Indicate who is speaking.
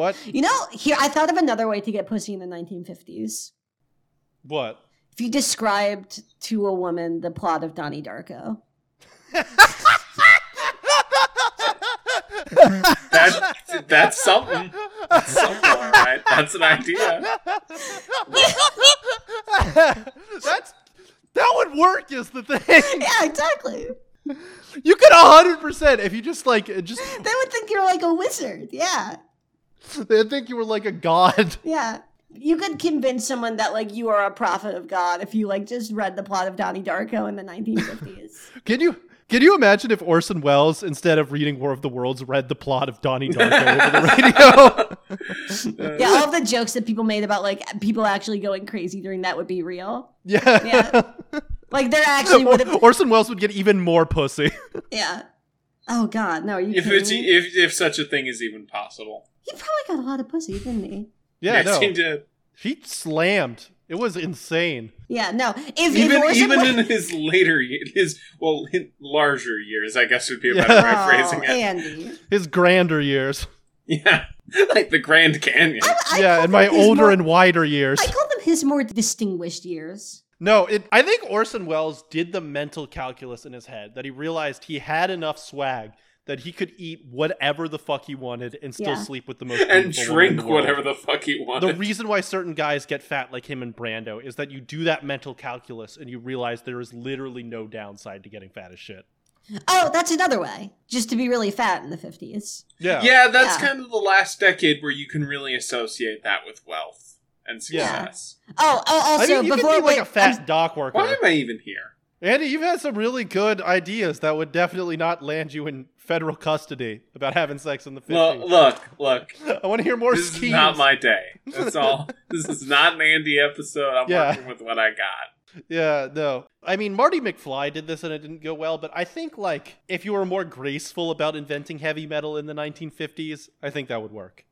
Speaker 1: What?
Speaker 2: You know, here I thought of another way to get pussy in the 1950s.
Speaker 1: What?
Speaker 2: If you described to a woman the plot of Donnie Darko,
Speaker 3: That, that's something. That's something, all right. That's an idea.
Speaker 1: That's that would work is the thing.
Speaker 2: yeah, exactly.
Speaker 1: You could hundred percent if you just like uh, just
Speaker 2: They would think you're like a wizard. Yeah,
Speaker 1: they think you were like a god.
Speaker 2: yeah. You could convince someone that like you are a prophet of God if you like just read the plot of Donnie Darko in the 1950s.
Speaker 1: Can you can you imagine if Orson Welles, instead of reading War of the Worlds, read the plot of Donnie Darko over the radio?
Speaker 2: yeah, all of the jokes that people made about like people actually going crazy during that would be real.
Speaker 1: Yeah.
Speaker 2: Yeah. Like there actually would have.
Speaker 1: Or- Orson Welles would get even more pussy.
Speaker 2: Yeah. Oh God, no! Are you
Speaker 3: If
Speaker 2: kidding
Speaker 3: it's e,
Speaker 2: me?
Speaker 3: if if such a thing is even possible.
Speaker 2: He probably got a lot of pussy, didn't he?
Speaker 1: Yeah,
Speaker 3: Yes, he
Speaker 1: no.
Speaker 3: did.
Speaker 1: He slammed. It was insane.
Speaker 2: Yeah, no. If
Speaker 3: Even
Speaker 2: if Orson
Speaker 3: even
Speaker 2: Welles-
Speaker 3: in his later ye- his well in larger years, I guess would be a
Speaker 1: Yeah.
Speaker 3: better way
Speaker 2: Oh,
Speaker 3: of phrasing it.
Speaker 2: Andy.
Speaker 1: His grander years.
Speaker 3: Yeah, like the Grand Canyon.
Speaker 2: I, I
Speaker 1: yeah,
Speaker 2: call
Speaker 1: and my
Speaker 2: them his
Speaker 1: older
Speaker 2: more-
Speaker 1: and wider years.
Speaker 2: I call them his more distinguished years.
Speaker 1: No, it, I think Orson Welles did the mental calculus in his head that he realized he had enough swag that he could eat whatever the fuck he wanted and still
Speaker 2: Yeah.
Speaker 1: sleep with the most beautiful
Speaker 3: and
Speaker 1: woman in
Speaker 3: drink
Speaker 1: the world.
Speaker 3: whatever the fuck he
Speaker 1: The
Speaker 3: wanted.
Speaker 1: reason why certain guys get fat like him and Brando is that you do that mental calculus and you realize there is literally no downside to getting fat as shit.
Speaker 2: Oh, that's another way. Just to be really fat in the 50s.
Speaker 3: yeah, that's
Speaker 2: Yeah.
Speaker 3: kind of the last decade where you can really associate that with wealth and
Speaker 1: Yeah.
Speaker 3: success.
Speaker 2: Oh, oh
Speaker 1: I
Speaker 2: also,
Speaker 1: mean, you
Speaker 2: before
Speaker 1: can be like
Speaker 2: wait,
Speaker 1: a fat
Speaker 2: I'm-
Speaker 1: dock worker.
Speaker 3: Why am I even here?
Speaker 1: Andy, you've had some really good ideas that would definitely not land you in federal custody about having sex in the 50s.
Speaker 3: Look, look, look.
Speaker 1: I want to hear more
Speaker 3: This is
Speaker 1: schemes.
Speaker 3: not my day. That's all. this is not an Andy episode. I'm
Speaker 1: Yeah.
Speaker 3: working with what I got.
Speaker 1: Yeah, no. I mean, Marty McFly did this and it didn't go well, but I think, like, if you were more graceful about inventing heavy metal in the 1950s, I think that would work.